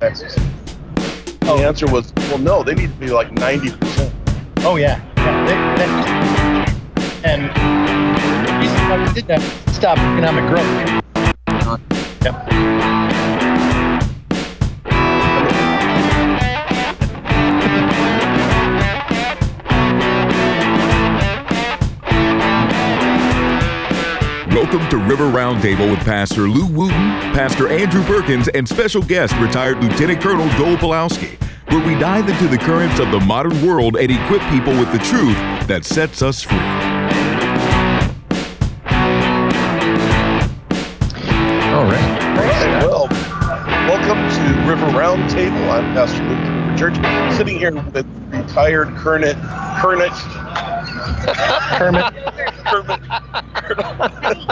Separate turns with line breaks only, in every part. Texas. The answer was, well, no, they need to be like 90%.
Oh yeah. yeah they, they, and the reason why we did that was to stop economic growth. Yep.
Welcome to River Roundtable with Pastor Lou Wooten, Pastor Andrew Perkins, and special guest, retired Lieutenant Colonel Joel Pulowski, where we dive into the currents of the modern world and equip people with the truth that sets us free.
All right.
Hey, well, welcome to River Roundtable. I'm Pastor Luke from River Church, sitting here with retired Kermit, Kermit,
Kermit,
Kermit, Kermit.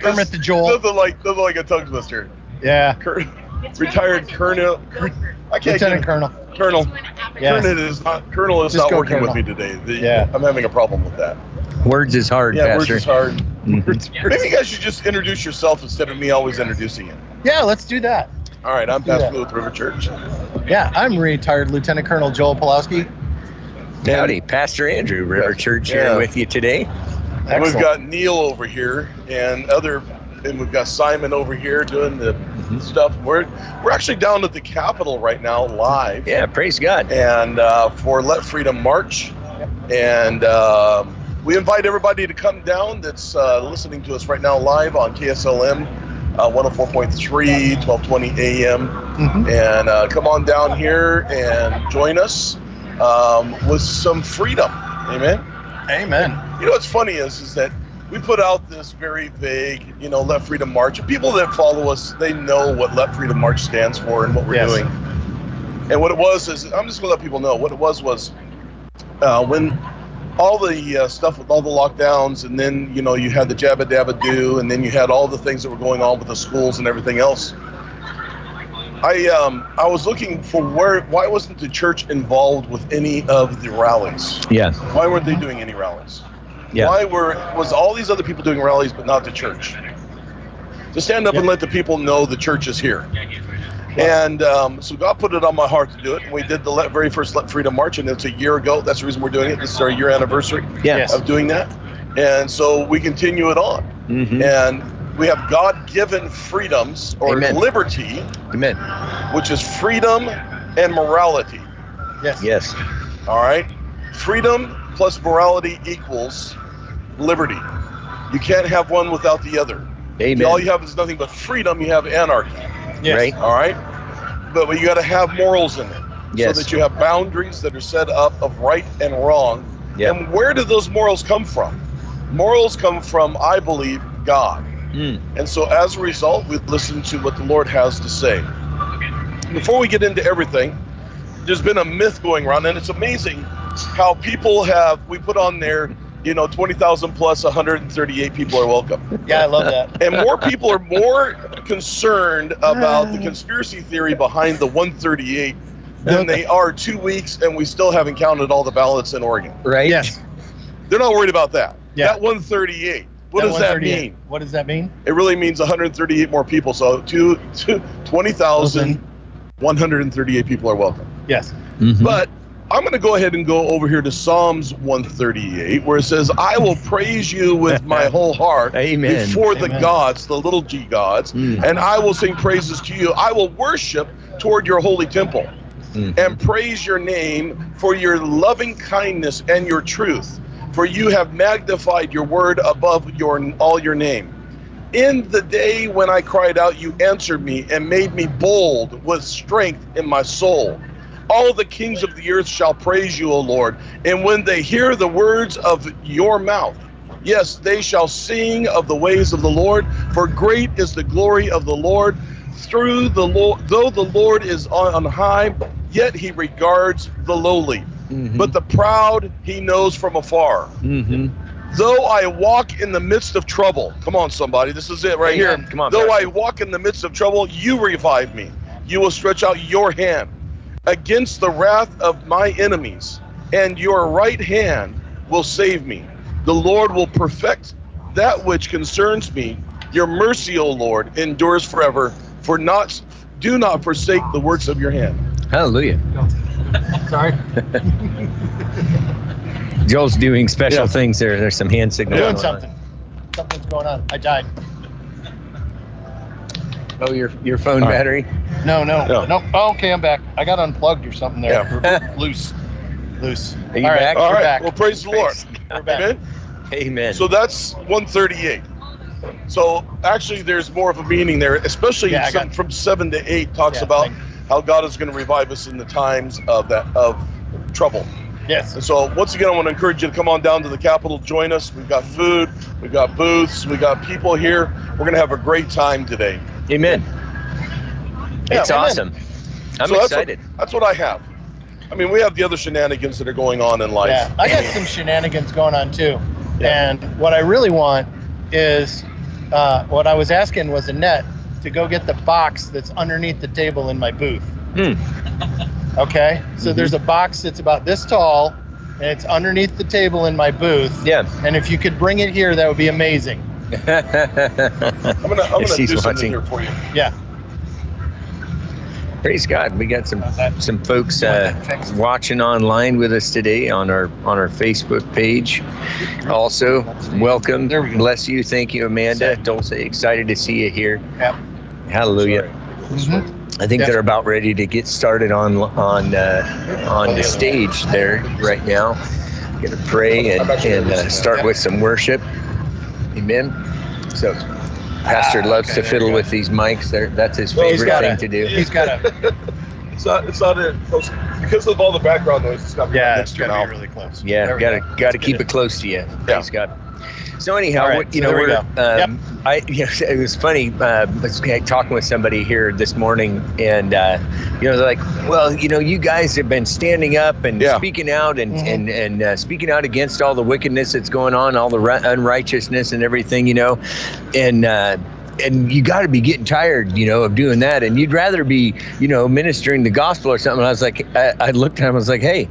Kermit the Joel.
Nothing like, nothing like a tongue twister.
Yeah.
Ker- retired Colonel. I can't
Lieutenant
get
Colonel.
it. Colonel.
Yeah.
Kermit is not. Colonel is
Just
not
go
working with me
Colonel.
today. The-
Yeah.
I'm having a problem with that.
Words is hard,
Yeah, we're
Pastor.
just hard.
Mhm.
Maybe you guys should just introduce yourself instead of me always introducing it.
Yeah, let's do that.
All right, I'm
Yeah.
Pastor Lou with River Church.
Yeah, I'm retired Lieutenant Colonel Joel Pulowski.
Howdy, Pastor Andrew, River Church
Yeah.
here with you today.
And we've
Excellent.
got Neil over here and other, and we've got Simon over here doing the stuff. We're we're actually down at the Capitol right now, live,
Yeah, praise God.
and uh, for Let Freedom March, and um we invite everybody to come down that's uh, listening to us right now live on KSLM uh, 104.3, 12:20 a.m.
Mhm.
and uh, come on down here and join us um, with some freedom. Amen.
Amen.
You know what's funny is is that we put out this very vague, you know, Let Freedom March. People that follow us, they know what Let Freedom March stands for and what we're
Yes.
doing. And what it was is, I'm just gonna let people know what it was was uh, when all the uh, stuff with all the lockdowns, and then you know you had the Jabba Dabba Do, and then you had all the things that were going on with the schools and everything else. I um I was looking for where why wasn't the church involved with any of the rallies?
Yeah,
Why weren't they doing any rallies?
Yeah.
Why were was all these other people doing rallies but not the church? To stand up and let the people know the church is here. And um, so God put it on my heart to do it. And we did the le- very first Let Freedom March, and it's a year ago. That's the reason we're doing it. This is our year anniversary
yeah.
Yes.
of doing that. And so we continue it on.
Mhm.
And we have God given freedoms or
Amen.
liberty,
Amen.
which is freedom and morality.
Yes.
Yes.
All right. Freedom plus morality equals liberty. You can't have one without the other. If all
Amen.
you have is nothing but freedom, you have anarchy.
Yes.
Right?
All right. But you got to have morals in it
Yes.
so that you have boundaries that are set up of right and wrong.
Yeah.
And where do those morals come from? Morals come from, I believe, God.
Mm.
And so as a result, we listen to what the Lord has to say. Before we get into everything, there's been a myth going around, and it's amazing how people have, we put on there, you know, 20,000 plus 138 people are welcome.
Yeah, I love that.
And more people are more concerned about the conspiracy theory behind the 138 than they are two weeks, and we still haven't counted all the ballots in Oregon.
Right?
Yes.
They're not worried about that.
Yeah.
That 138. What
That
does that
138.
mean?
What does that mean?
It really means 138 more people. So two, two, 20,138 people are welcome.
Yes.
Mhm.
But I'm going to go ahead and go over here to Psalms 138, where it says, I will praise you with my whole heart
Amen.
before the
Amen.
gods, the little g gods,
Mm.
and I will sing praises to you. I will worship toward your holy temple
Mm.
and praise your name for your loving kindness and your truth. For you have magnified your word above your all your name. In the day when I cried out, you answered me and made me bold with strength in my soul. All the kings of the earth shall praise you, O Lord, and when they hear the words of your mouth, yes, they shall sing of the ways of the Lord, for great is the glory of the Lord. Through the Lord, though the Lord is on, on high, yet he regards the lowly,
Mhm.
but the proud he knows from afar.
Mhm.
Though I walk in the midst of trouble, come on, somebody, this is it right here.
Amen. Come on,
Though
Pastor.
I walk in the midst of trouble, you revive me. You will stretch out your hand against the wrath of my enemies, and your right hand will save me. The Lord will perfect that which concerns me. Your mercy, O Lord, endures forever. For not do not forsake the works of your hand.
Hallelujah.
No. Sorry.
Joel's doing special
Yeah.
things there. There's some hand signals.
Doing
going on.
something. Something's going on. I died.
Oh, your your phone
All right.
battery.
No, no,
No.
no. Oh, okay, I'm back. I got unplugged or something there.
Yeah.
Loose. Loose.
Are you
All right,
back?
we're
All right.
back.
Well, praise the Lord.
We're back.
Amen.
Amen.
So that's 138. So actually, there's more of a meaning there, especially
Yeah, I
some,
got-
from seven to eight talks
Yeah,
about
thank
how God is going to revive us in the times of that of trouble.
Yes.
And so once again, I want to encourage you to come on down to the Capitol, join us. We've got food, we've got booths, we've got people here. We're going to have a great time today.
Amen.
Yeah,
it's
amen.
awesome. I'm
So that's what-
excited.
That's what I have. I mean, we have the other shenanigans that are going on in life.
Yeah, I got some shenanigans going on too.
Yeah.
And what I really want is uh, what I was asking was Annette to go get the box that's underneath the table in my booth.
Hmm.
Okay? So there's a box that's about this tall and it's underneath the table in my booth.
Yeah.
And if you could bring it here, that would be amazing.
I'm gonna, I'm gonna
Yes,
do
he's
something
watching.
here for you.
Yeah.
Praise God. We got some some folks uh,
Text.
watching online with us today on our on our Facebook page. Also, welcome.
There we go.
Bless you. Thank you, Amanda. Dulce, excited to see you here.
Yep.
Hallelujah.
Mhm.
I think
Yeah.
they're about ready to get started on on uh, on the stage there right now. Gonna pray and, and uh, start with some worship. Amen. So, Pastor
Ah,
loves
okay,
to
there
fiddle
we go.
with these mics. They're, that's his
Well, he's
favorite
got
thing
it.
to do.
He's got a
It's not. It's not a, close because of all the background noise. It's not
yeah. It's
next to your
gotta
mouth.
be really close. There
Yeah,
we
gotta gotta keep
Good.
it close to you. Praise God. So anyhow,
All right,
what- you
so
know,
there we
we're,
go.
um, I you know, it was funny. Uh, I was talking with somebody here this morning, and uh, you know, they're like, well, you know, you guys have been standing up and
Yeah.
speaking out and
Mhm.
and and uh, speaking out against all the wickedness that's going on, all the ri- unrighteousness and everything, you know, and. Uh, and you got to be getting tired, you know, of doing that. And you'd rather be, you know, ministering the gospel or something. I was like, I, I looked at him. I was like, hey,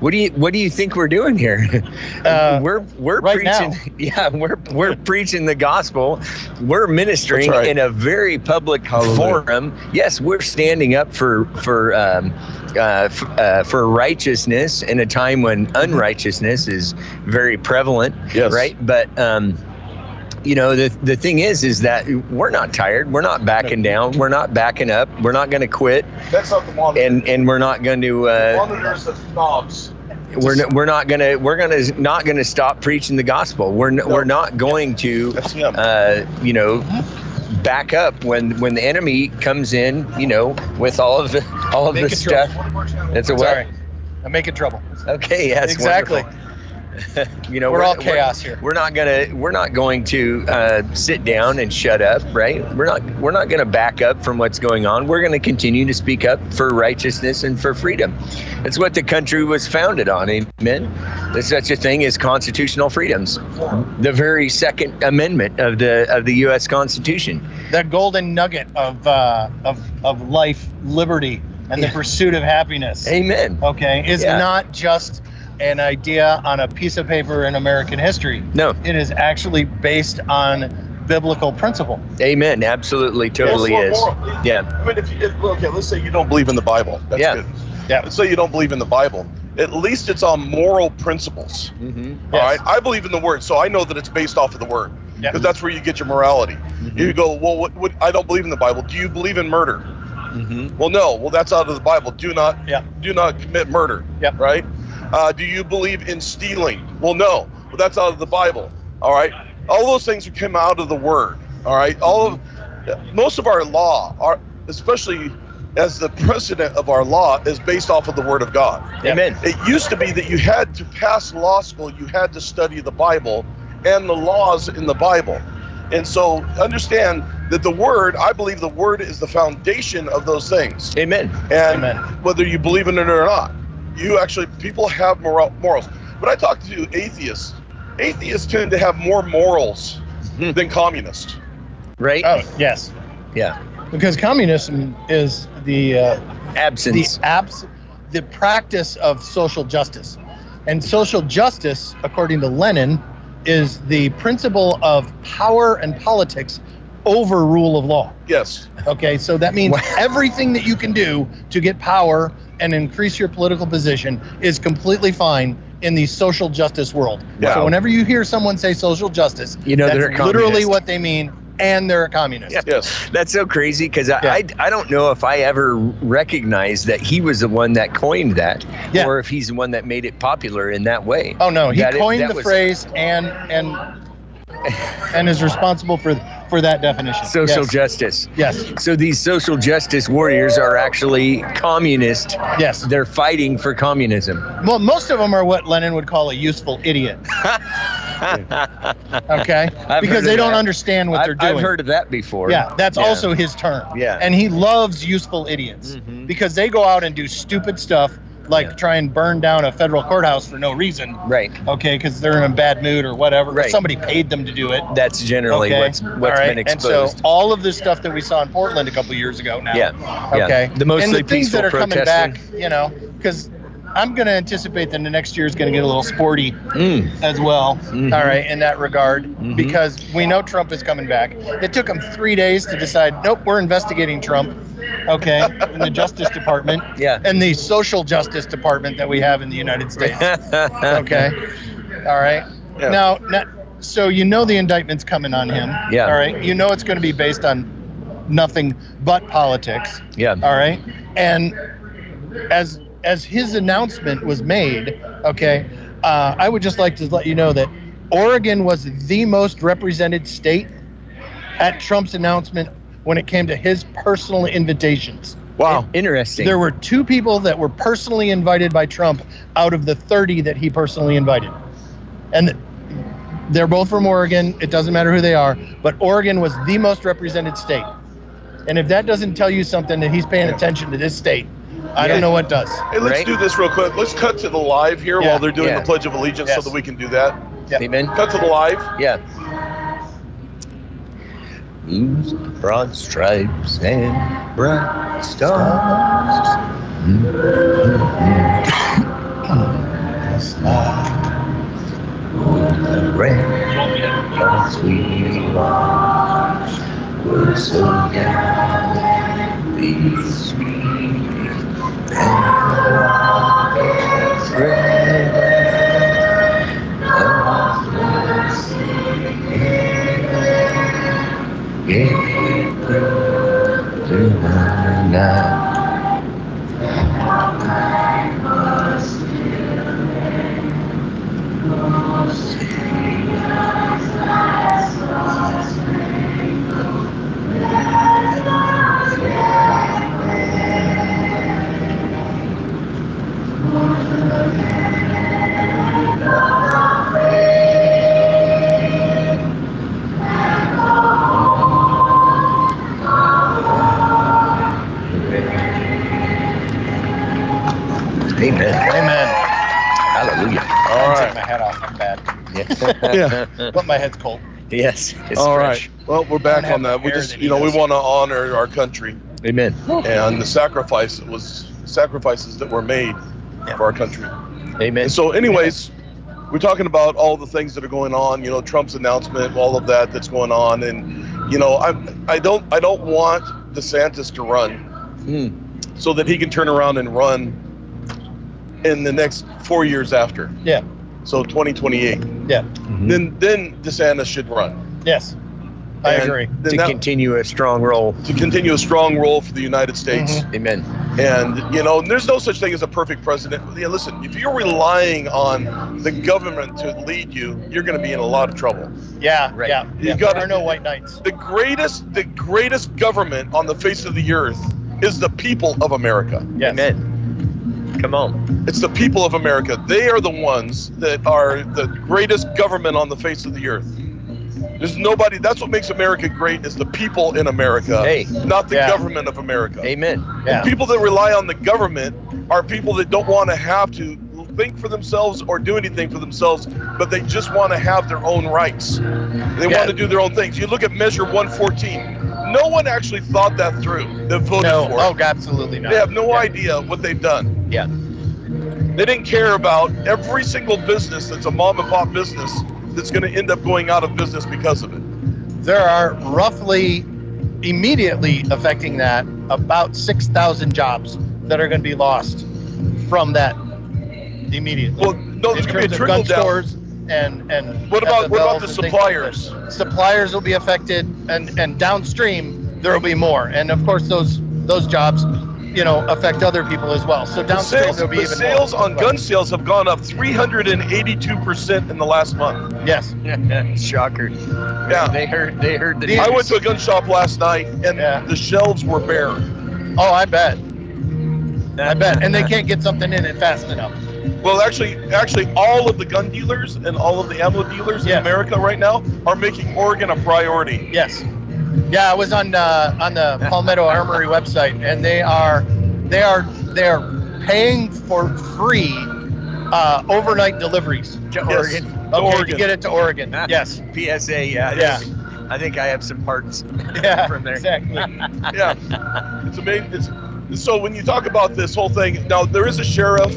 what do you what do you think we're doing here?
Uh,
we're we're
right now.
preaching, yeah, we're we're preaching the gospel. We're ministering
That's right.
in a very public
Hallelujah.
forum. Yes, we're standing up for for um, uh, f- uh, for righteousness in a time when unrighteousness is very prevalent.
Yes.
Right, but. Um, you know the the thing is is that we're not tired we're not backing down we're not backing up we're not going to quit
That's not the monitor.
and and we're not going to
the
uh,
monitors are snobs.
we're n- we're not gonna we're gonna not gonna stop preaching the gospel. We're n- we're not going to,
That's him.
uh, you know, back up when when the enemy comes in. You know, with all of the, all of the
Making
stuff. That's a
Sorry.
way.
I'm making trouble.
Okay. Yes.
exactly.
wonderful. You know,
We're all chaos here.
We're not gonna we're not going to uh, sit down and shut up, right? We're not we're not gonna back up from what's going on. We're gonna continue to speak up for righteousness and for freedom. That's what the country was founded on. Amen. There's such a thing as constitutional freedoms. The very Second Amendment of the of the U.S. Constitution.
the golden nugget of uh, of of life, liberty, and the
Yeah.
pursuit of happiness.
Amen.
Okay, is
Yeah.
not just an idea on a piece of paper in American history.
No.
It is actually based on biblical principle.
Amen. Absolutely. Totally
Yes,
is.
well, moral-
Yeah.
I mean, if you, if, well, okay, let's say you don't believe in the Bible. That's
Yeah.
good.
Yeah.
Let's say you don't believe in the Bible. At least it's on moral principles.
hmm
All right.
Yes.
I believe in the Word, so I know that it's based off of the Word
Yeah.
because that's where you get your morality.
Mm-hmm.
You go, well, what, what, I don't believe in the Bible. Do you believe in murder?
hmm
Well, no. Well, that's out of the Bible. Do not
Yeah.
do not commit murder.
Yep.
Right? Uh, do you believe in stealing? Well, no. Well, that's out of the Bible. All right. All those things come out of the Word. All right. All of most of our law, are especially as the precedent of our law, is based off of the Word of God.
Amen.
It used to be that you had to pass law school, you had to study the Bible and the laws in the Bible. And so understand that the word, I believe the word is the foundation of those things.
Amen.
And
Amen.
whether you believe in it or not, you actually, people have moral, morals. But I talk to atheists. Atheists tend to have more morals
Mhm.
than communists.
Right.
Oh yes,
Yeah.
because communism is the uh, the
Absence.
abs- the practice of social justice, and social justice, according to Lenin, is the principle of power and politics over rule of law.
Yes.
Okay, so that means everything that you can do to get power and increase your political position is completely fine in the social justice world.
Yeah.
So whenever you hear someone say social justice,
You know
that's
they're a communist.
literally what they mean, and they're a communist.
Yeah.
Yes.
That's so crazy because I,
Yeah.
I I don't know if I ever recognized that he was the one that coined that,
Yeah.
or if he's the one that made it popular in that way.
Oh no, he
That is-
coined
that
the
was-
phrase and and and is responsible for for that definition.
Social
yes.
justice.
Yes,
So these social justice warriors are actually communist.
yes.
They're fighting for communism.
Well, most of them are what Lenin would call a useful idiot. Okay,
I've heard
because
of
they don't
that.
understand what
I've,
they're doing.
I've heard of that before.
Yeah, that's also his term.
Yeah.
and he loves useful idiots
Mhm.
because they go out and do stupid stuff like
Yeah.
try and burn down a federal courthouse for no reason.
right.
Okay, because they're in a bad mood or whatever. or
Right.
Somebody paid them to do it.
That's generally
okay,
what's what's
all right,
been
And
exposed.
so all of this stuff that we saw in Portland a couple years ago now.
yeah. yeah.
Okay.
The mostly
and the things
peaceful
that are coming back,
protesting.
you know, because I'm going to anticipate that the next year is going to get a little sporty
Mm.
as well.
Mhm.
all right, in that regard,
Mhm.
because we know Trump is coming back. It took them three days to decide. Nope, we're investigating Trump. Okay, in the Justice Department
Yeah.
and the Social Justice Department that we have in the United States. Okay. All right.
Yeah.
Now, now, so you know the indictment's coming on him.
Yeah.
All right. You know it's going to be based on nothing but politics.
Yeah.
All right. And as as his announcement was made, okay, uh, I would just like to let you know that Oregon was the most represented state at Trump's announcement when it came to his personal invitations.
Wow.
Interesting.
There were two people that were personally invited by Trump out of the 30 that he personally invited. And they're both from Oregon. It doesn't matter who they are, but Oregon was the most represented state. And if that doesn't tell you something that he's paying attention to this state, I
Yeah.
don't know what does.
Hey, let's
Right?
do this real quick. Let's cut to the live here
Yeah,
while they're doing
yeah.
the Pledge of Allegiance so
Yes.
that we can do that.
Amen.
Cut to the live.
Yeah. These broad stripes and bright stars. The red as we watch were so young, these sweet and rockets red of mercy. Gave birth to my life. Amen.
Amen.
Hallelujah.
All
I
right.
take my hat off. I'm bad.
Yeah.
But my head's cold.
Yes. It's
All right.
fresh.
Well, we're back
have
on that. We
hair
just,
that
you know, we
eats.
want to honor our country
Amen.
and the sacrifice that was sacrifices that were made for our country.
Amen.
And so, anyways, we're talking about all the things that are going on. You know, Trump's announcement, all of that that's going on, and you know, I I don't I don't want DeSantis to run
Mm.
so that he can turn around and run in the next four years after.
Yeah.
So 2028.
Yeah.
Then then DeSantis should run.
Yes. I
And
agree.
Then
to
that-
continue a strong role.
to continue a strong role for the United States.
Mhm.
Amen.
And, you know, there's no such thing as a perfect president. Yeah, listen, if you're relying on the government to lead you, you're going to be in a lot of trouble.
Yeah.
Right.
Yeah.
You
yeah.
gotta-
There are no white knights.
The greatest, the greatest government on the face of the earth is the people of America.
Yes.
Amen. Come on.
It's the people of America. They are the ones that are the greatest government on the face of the earth. There's nobody. That's what makes America great is the people in America,
Hey.
not the
Yeah.
government of America.
Amen.
Yeah.
People that rely on the government are people that don't want to have to think for themselves or do anything for themselves, but they just want to have their own rights. They
Yeah.
want to do their own things. You look at Measure 114. No one actually thought that through. That voted
No.
for
Oh,
it.
absolutely not.
They have no
Yeah.
idea what they've done.
Yeah.
They didn't care about every single business that's a mom and pop business that's going to end up going out of business because of it.
there are roughly immediately affecting that about 6,000 jobs that are going to be lost from that immediately.
Well, no, there's
in
going to
terms
be a trickle
of gun
down.
stores and and
What about- what about
FFLs
the
and things like that.
suppliers?
suppliers will be affected, and and downstream there will be more, and of course those those jobs, you know, affect other people as well. So
The
downstream
sales,
there'll be
the
even
sales
more.
on gun sales have gone up 382% in the last month.
Yes.
Shocker.
Yeah.
They heard. They heard the.
I
news.
went to a gun shop last night and
Yeah.
the shelves were bare.
Oh, I bet. I bet. And they can't get something in it fast enough.
Well, actually, actually, all of the gun dealers and all of the ammo dealers
Yeah.
in America right now are making Oregon a priority.
Yes. Yeah, I was on uh, on the Palmetto Armory website, and they are they are they are paying for free uh, overnight deliveries.
To
Yes.
Oregon.
To
Okay, to
Oregon.
get it to Oregon. Yes.
PSA. Yeah. I
Yeah.
think- I think I have some parts
Yeah.
from there.
Exactly.
yeah. It's amazing. It's, so when you talk about this whole thing, now there is a sheriff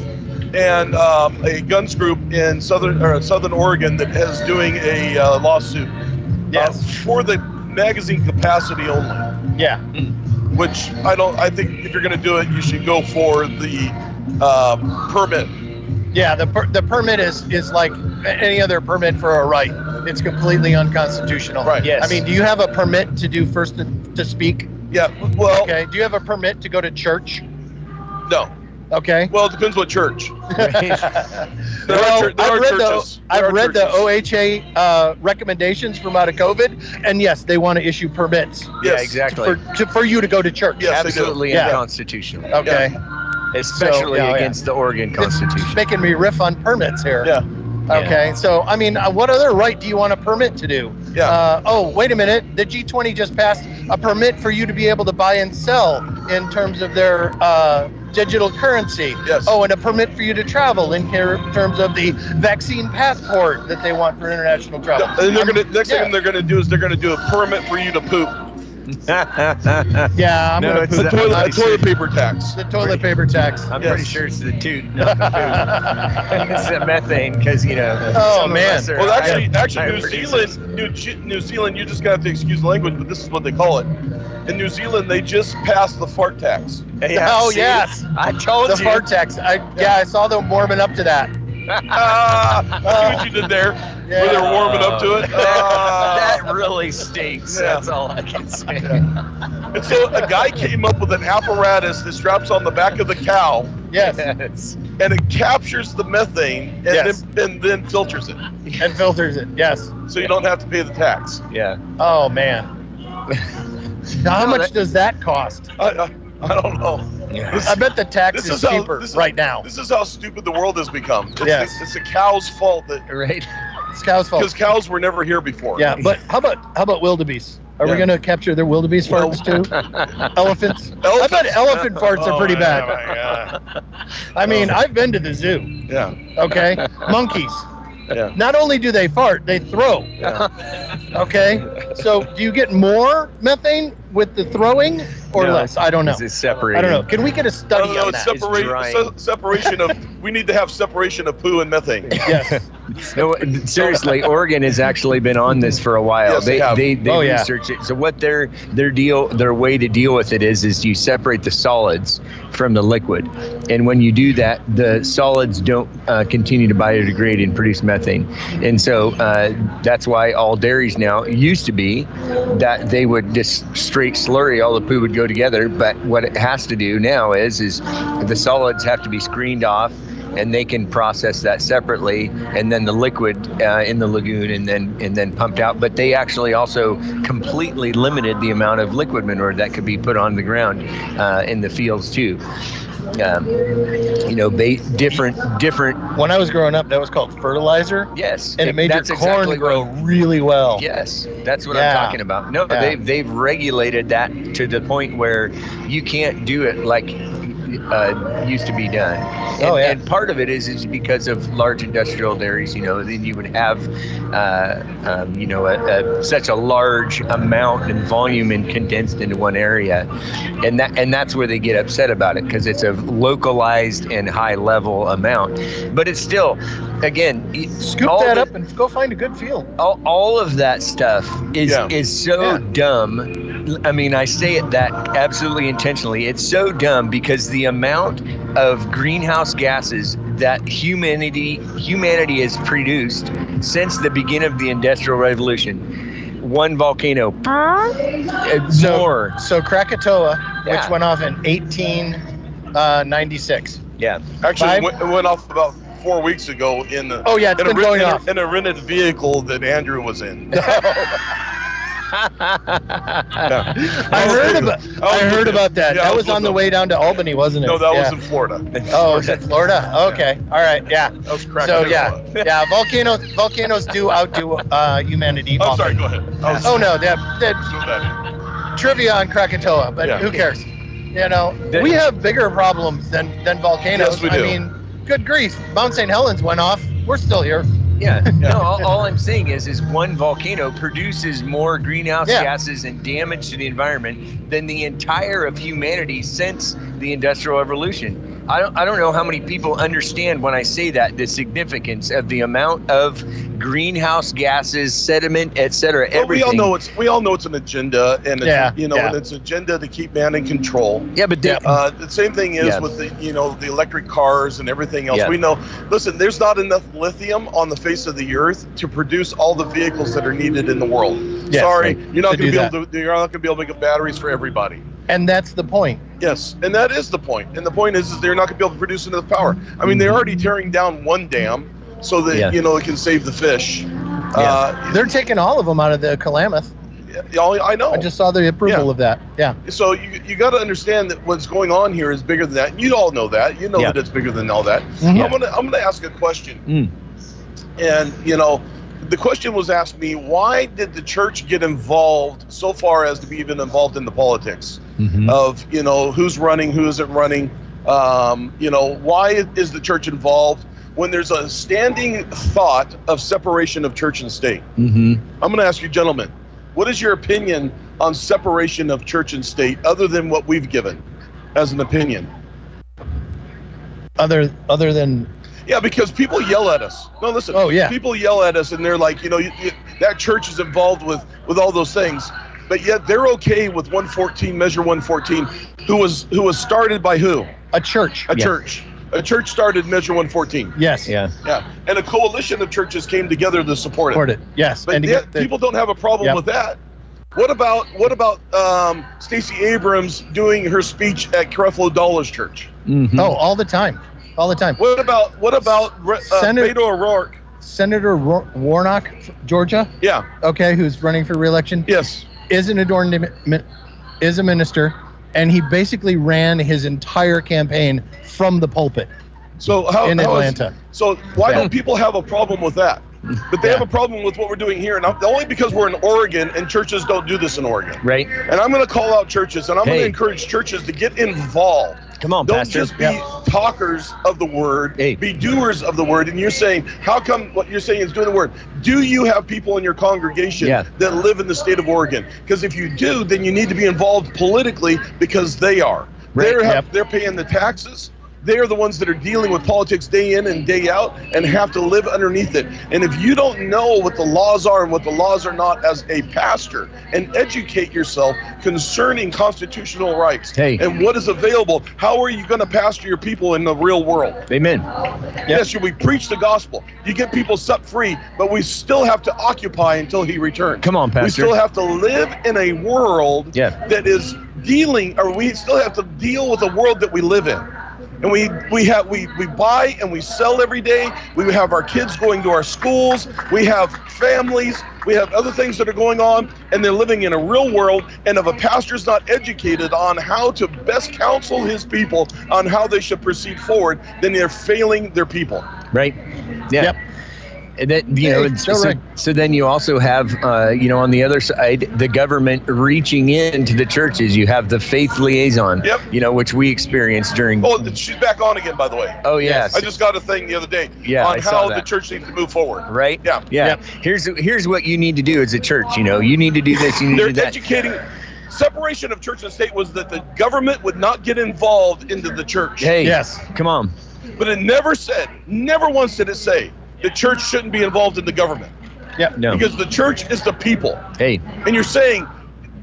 and um, a guns group in southern or southern Oregon that is doing a uh, lawsuit uh,
Yes.
for the magazine capacity only.
Yeah.
Which I don't. I think if you're going to do it, you should go for the uh, permit.
Yeah, the, per- the permit is, is like any other permit for a right. It's completely unconstitutional.
Right.
Yes.
I mean, do you have a permit to do first to, to speak?
Yeah. Well,
Okay. Do you have a permit to go to church?
no.
Okay.
Well, it depends what church. There
Well,
chur- there
I've read
churches.
the
There
I've
are
read the
churches.
OHA uh, recommendations from out of COVID, and yes, they want to issue permits
Yes.
Yeah. Exactly.
for to, for you to go to church.
Yes, they do.
Absolutely
Yeah.
unconstitutional,
Okay.
especially
yeah, yeah.
against the Oregon Constitution.
It's making me riff on permits here.
Yeah.
Okay. So I mean, uh, what other right do you want a permit to do?
Yeah.
Uh, oh, wait a minute. The G20 just passed a permit for you to be able to buy and sell in terms of their uh, digital currency.
Yes.
Oh, and a permit for you to travel in ter- terms of the vaccine passport that they want for international travel.
And they're gonna next
Yeah.
thing they're gonna do is they're gonna do a permit for you to poop.
I'm
Yeah, I'm
No,
gonna
it's
put
A
That-
toilet, a
obviously-
toilet paper tax.
the toilet paper tax.
pretty
Yes.
sure it's the toot, not the poot. it's the methane, because you know.
Oh,
some of
man.
us are
Well, actually,
higher-
actually,
higher
New
producers.
Zealand, New, G- New Zealand, you just got to excuse the language, but this is what they call it. In New Zealand, they just passed the fart tax.
Oh,
see?
yes.
I told
the
you.
fart tax. I, yeah, I saw them warming up to that.
Ah, I see what you did there. Where they're warming up to it.
that,
Ah.
that really stinks.
Yeah.
That's all I can say.
And so a guy came up with an apparatus that straps on the back of the cow,
Yes,
Yes.
and it captures the methane and,
Yes.
then, and then filters it,
and filters it. Yes.
so you don't have to pay the tax.
Yeah.
Oh man. Now, how
No,
much
that-
does that cost?
I, I, I don't know.
I bet the tax
This
is,
is how-
cheaper
this is-
right now.
This is how stupid the world has become. It's,
Yes.
it's the cow's fault that
Right.
It's cow's
because
fault.
cows were never here before.
Oh. Yeah, but how about how about wildebeest? Are
Yeah.
we gonna capture their wildebeest farts too? Elephants? I bet elephant farts are pretty
Oh,
bad.
yeah, my God.
I mean,
Oh.
I've been to the zoo.
Yeah.
Okay, monkeys.
Yeah.
Not only do they fart, they throw.
Yeah.
Okay, so do you get more methane with the throwing or
No.
less? I don't know.
Is it separated?
I don't know. Can we get a
I
study
don't know.
on
Oh, It's
that?
sep- It's
separa-
drying.
se- separation of. We need to have separation of poo and methane.
yes.
No, seriously, Oregon has actually been on this for a while.
Yes, they
they
have.
they, they
Oh, yeah.
research it. So what their their deal their way to deal with it is is you separate the solids from the liquid, and when you do that, the solids don't uh, continue to biodegrade and produce methane, and so uh, that's why all dairies now it used to be that they would just straight slurry all the poo would go together. But what it has to do now is is the solids have to be screened off and they can process that separately and then the liquid uh, in the lagoon and then and then pumped out but they actually also completely limited the amount of liquid manure that could be put on the ground uh, in the fields too um, you know they different different
When I was growing up, that was called fertilizer,
yes
and it made
that's
your corn
exactly
grow
what-
really well.
Yes, that's what
Yeah.
I'm talking about. No,
Yeah.
they've they've regulated that to the point where you can't do it like uh, used to be done. And,
Oh, yeah.
and part of it is is because of large industrial dairies. You know, then you would have, uh, um, you know, a, a, such a large amount and volume and condensed into one area, and that and that's where they get upset about it because it's a localized and high level amount. But it's still again, you-
Scoop
all
that
the-
up and go find a good field.
all, all of that stuff is
Yeah.
is so
Yeah.
dumb. I mean, I say it that absolutely intentionally. It's so dumb because the amount of greenhouse gases that humanity humanity has produced since the beginning of the industrial revolution. One volcano, uh,
So,
more.
so Krakatoa,
Yeah.
which went off in uh, 1896.
Yeah.
Actually,
Five?
it went, it went off about four weeks ago in the.
Oh, yeah, it's
in a,
been
rent-
going
in a-
off.
in a rented vehicle that Andrew was in. Oh,
I heard about, I heard about that.
Yeah, I
that
was
was on the
looking.
way down to Albany, wasn't it?
No, that
Yeah.
was in Florida.
Oh, it was in Florida. Okay, all right, yeah.
That was crack.
So yeah, yeah. Volcanoes, volcanoes do outdo uh, humanity.
I'm
often.
sorry. Go ahead. I was
Oh no, that, that
so bad.
trivia on Krakatoa, but
Yeah.
who cares? You know,
The-
we have bigger problems than than volcanoes.
Yes, we
I
do.
mean, good grief, Mount St. Helens went off. We're still here.
Yeah. No, all, all I'm saying is, is one volcano produces more greenhouse
Yeah.
gases and damage to the environment than the entire of humanity since the Industrial Revolution. I don't, I don't know how many people understand when I say that the significance of the amount of greenhouse gases, sediment, et cetera.
But we all
everything.
know it's we all know it's an agenda, and it's,
Yeah,
you know,
yeah.
and it's agenda to keep man in control.
Yeah, but
Yeah.
the,
Uh, the same thing is
Yeah.
with the you know the electric cars and everything else.
Yeah.
We know. Listen, there's not enough lithium on the face of the earth to produce all the vehicles that are needed in the world.
Yes,
Sorry,
right.
you're not
To
going to
do
be able to. You're not going to be able to make batteries for everybody.
And that's the point.
Yes, and that is the point. And the point is, is they're not going to be able to produce enough power. I mean, they're
Mm-hmm.
already tearing down one dam so that
Yeah.
you know it can save the fish. Uh,
They're taking all of them out of the Klamath.
y'all- I know.
I just saw the approval
Yeah.
of that. Yeah.
so you, you got to understand that what's going on here is bigger than that. You all know that. You know
Yeah. Mm-hmm.
that it's bigger than all that.
Mhm.
I'm gonna I'm gonna ask a question.
Mm.
And you know, the question was asked me: Why did the church get involved so far as to be even involved in the politics
Mm-hmm.
of you know who's running, who isn't running? Um, you know, why is the church involved when there's a standing thought of separation of church and state? I'm going to ask you, gentlemen, what is your opinion on separation of church and state, other than what we've given as an opinion?
Other other than
Yeah, because people yell at us. No, listen.
Oh, yeah.
People yell at us, and they're like, you know, you, you, that church is involved with with all those things, but yet they're okay with 114 Measure 114, who was who was started by who?
a church.
A
Yeah.
church. A church started Measure 114.
Yes.
yeah.
Yeah, and a coalition of churches came together to support it.
Support it. Yes.
But
and to
yet
get the- oh,
people don't have a problem
Yep.
with that. What about what about um, Stacey Abrams doing her speech at Creflo Dollars Church?
oh, all the time, all the time.
What about what about Re- uh,
Senator-
Beto O'Rourke?
Senator Ro- Warnock, Georgia.
Yeah.
Okay, who's running for reelection?
Yes.
is an adorned mi- is a minister and he basically ran his entire campaign from the pulpit
So how,
in
how is-
Atlanta.
so why
Yeah.
don't people have a problem with that? But they have a problem with what we're doing here, and I'm, only because we're in Oregon and churches don't do this in Oregon.
Right.
And I'm going to call out churches, and I'm going
Hey.
to encourage churches to get involved.
Come on,
Don't
Pastor.
just be talkers of the word,
Hey.
be doers of the word. And you're saying, how come what you're saying is doing the word? Do you have people in your congregation
Yeah.
that live in the state of Oregon? Because if you do, then you need to be involved politically because they are.
Right,
They're,
yep.
they're paying the taxes. They are the ones that are dealing with politics day in and day out and have to live underneath it. And if you don't know what the laws are and what the laws are not as a pastor and educate yourself concerning constitutional rights
Hey.
and what is available, how are you going to pastor your people in the real world?
Amen.
Yes, we preach the gospel. You get people set free, but we still have to occupy until he returns.
Come on,
We
Pastor.
still have to live in a world
Yeah.
that is dealing, or we still have to deal with the world that we live in. And we we have we we buy and we sell every day. We have our kids going to our schools. We have families. We have other things that are going on, and they're living in a real world. And if a pastor's not educated on how to best counsel his people on how they should proceed forward, then they're failing their people.
right? Yeah.
Yep.
And that you
Yeah,
know,
you're
and
so
so,
right.
so then you also have uh, you know on the other side the government reaching into the churches. You have the faith liaison,
Yep.
you know, which we experienced during.
Oh, she's back on again, by the way.
Mm-hmm. oh yes,
I just got a thing the other day
Yeah,
on
I saw
how the
that.
church needs to move forward.
right.
Yeah.
Yeah.
Yep.
Here's here's what you need to do as a church. You know, you need to do this. You need to
They're
do that.
educating. Separation of church and state was that the government would not get involved into the church.
hey.
Yes.
Come on.
But it never said, never once did it say the church shouldn't be involved in the government
Yeah.
No.
because the church is the people.
Hey,
and you're saying,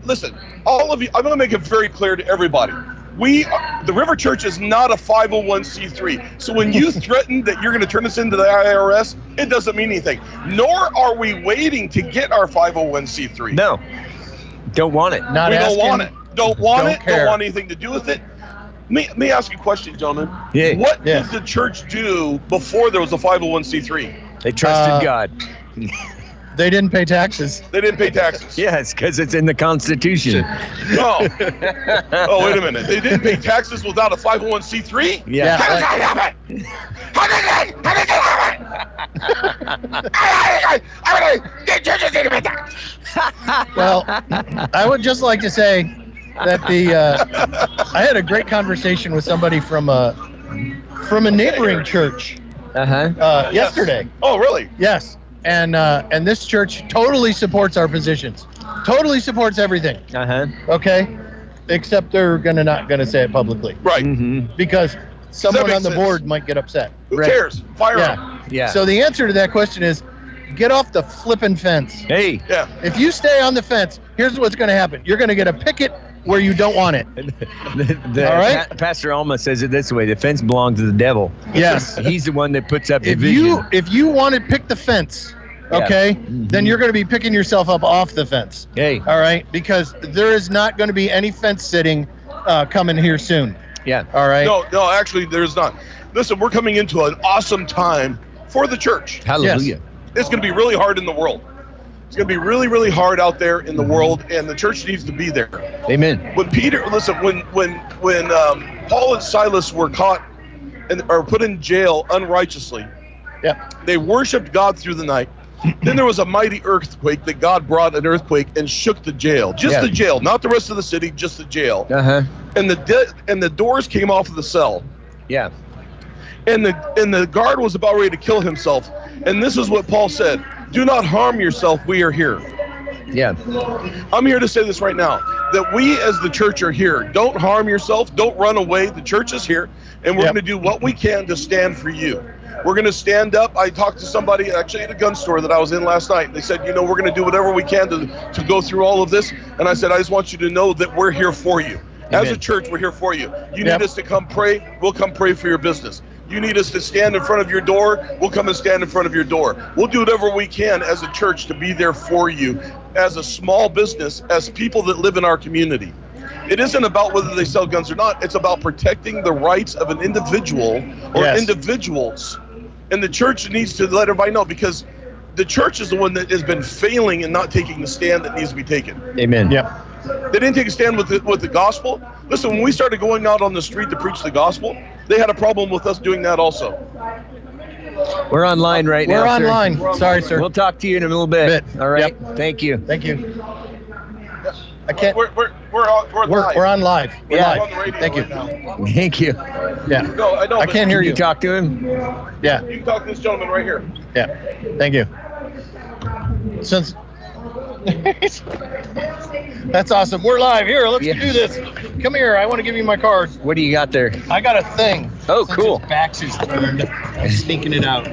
listen, all of you, I'm going to make it very clear to everybody. We, are, the River Church is not a 501c3. So when you threaten that you're going to turn us into the IRS, it doesn't mean anything. Nor are we waiting to get our 501c3.
no. Don't want it.
Not
we
asking.
don't want it. Don't want
Don't
it.
care.
Don't want anything to do with it. May, may I ask you a question, gentlemen?
Yeah.
What
Yeah.
did the church do before there was a 501c3?
They trusted
Uh,
God.
They didn't pay taxes.
They didn't pay taxes.
Yes, because it's in the Constitution.
No. oh, wait a minute. They didn't pay taxes without a 501c3?
Yeah.
Yeah. like- Well, I would just like to say that the uh, I had a great conversation with somebody from a from a neighboring church
Uh huh.
uh, yesterday.
Oh, really?
Yes, and uh, and this church totally supports our positions, totally supports everything.
Uh huh.
Okay, except they're gonna not gonna say it publicly
Right.
Mm-hmm.
because someone
makes
on the
sense.
board might get upset.
Who
Right.
cares? Fire
Yeah.
'em.
Yeah.
So the answer to that question is, get off the flippin' fence.
hey,
Yeah.
If you stay on the fence, here's what's gonna happen. You're gonna get a picket where you don't want it.
the, the,
All right.
Pa- Pastor Alma says it this way: the fence belongs to the devil.
Yes.
He's the one that puts up
if
division.
you if you want to pick the fence
Yeah.
okay then
Mhm.
you're going to be picking yourself up off the fence
Hey.
all right because there is not going to be any fence sitting uh, coming here soon
Yeah.
all right
No, no, actually, there's not. Listen, we're coming into an awesome time for the church.
Hallelujah.
It's going to be really hard in the world. It's going to be really, really hard out there in
Mm-hmm.
the world, and the church needs to be there.
Amen.
when Peter, listen, when when when um, Paul and Silas were caught and or put in jail unrighteously,
Yeah.
they worshipped God through the night. then there was a mighty earthquake that God brought an earthquake and shook the jail, just
Yeah.
the jail, not the rest of the city, just the jail.
Uh
Uh-huh.
huh.
And the de- and the doors came off of the cell,
Yeah.
and the and the guard was about ready to kill himself. And this is what Paul said: "Do not harm yourself. We are here."
Yeah.
I'm here to say this right now that we as the church are here. Don't harm yourself. Don't run away. The church is here, and we're
Yep.
going to do what we can to stand for you. We're going to stand up. I talked to somebody actually at a gun store that I was in last night. They said, you know, we're going to do whatever we can to, to go through all of this. And I said, I just want you to know that we're here for you. As a
Amen.
church, we're here for you. You
Yep.
need us to come pray, we'll come pray for your business. You need us to stand in front of your door, we'll come and stand in front of your door. We'll do whatever we can as a church to be there for you, as a small business, as people that live in our community. It isn't about whether they sell guns or not, it's about protecting the rights of an individual or
Yes.
individuals. And the church needs to let everybody know because the church is the one that has been failing and not taking the stand that needs to be taken.
Amen.
yeah
They didn't take a stand with the, with the gospel. Listen, when we started going out on the street to preach the gospel, they had a problem with us doing that also.
We're online right
we're
now. sir.
online sorry sir
We'll talk to you in a little bit.
Bit.
All right.
Yep.
Thank you.
thank you i can't we're,
We're, we're, we're, all, we're,
we're,
live.
on live we're
Yeah.
We're on the
live
radio
thank you
right now.
Thank you.
yeah
No, I know.
I
but
can't hear
Can
you.
you talk to him?
yeah
You can talk to this gentleman right here.
yeah thank you since that's awesome we're live here let's
Yeah.
do this come here i want to give you my card
What do you got there?
I got a thing.
Oh,
Since
cool.
His back's is turned. I'm sneaking it out.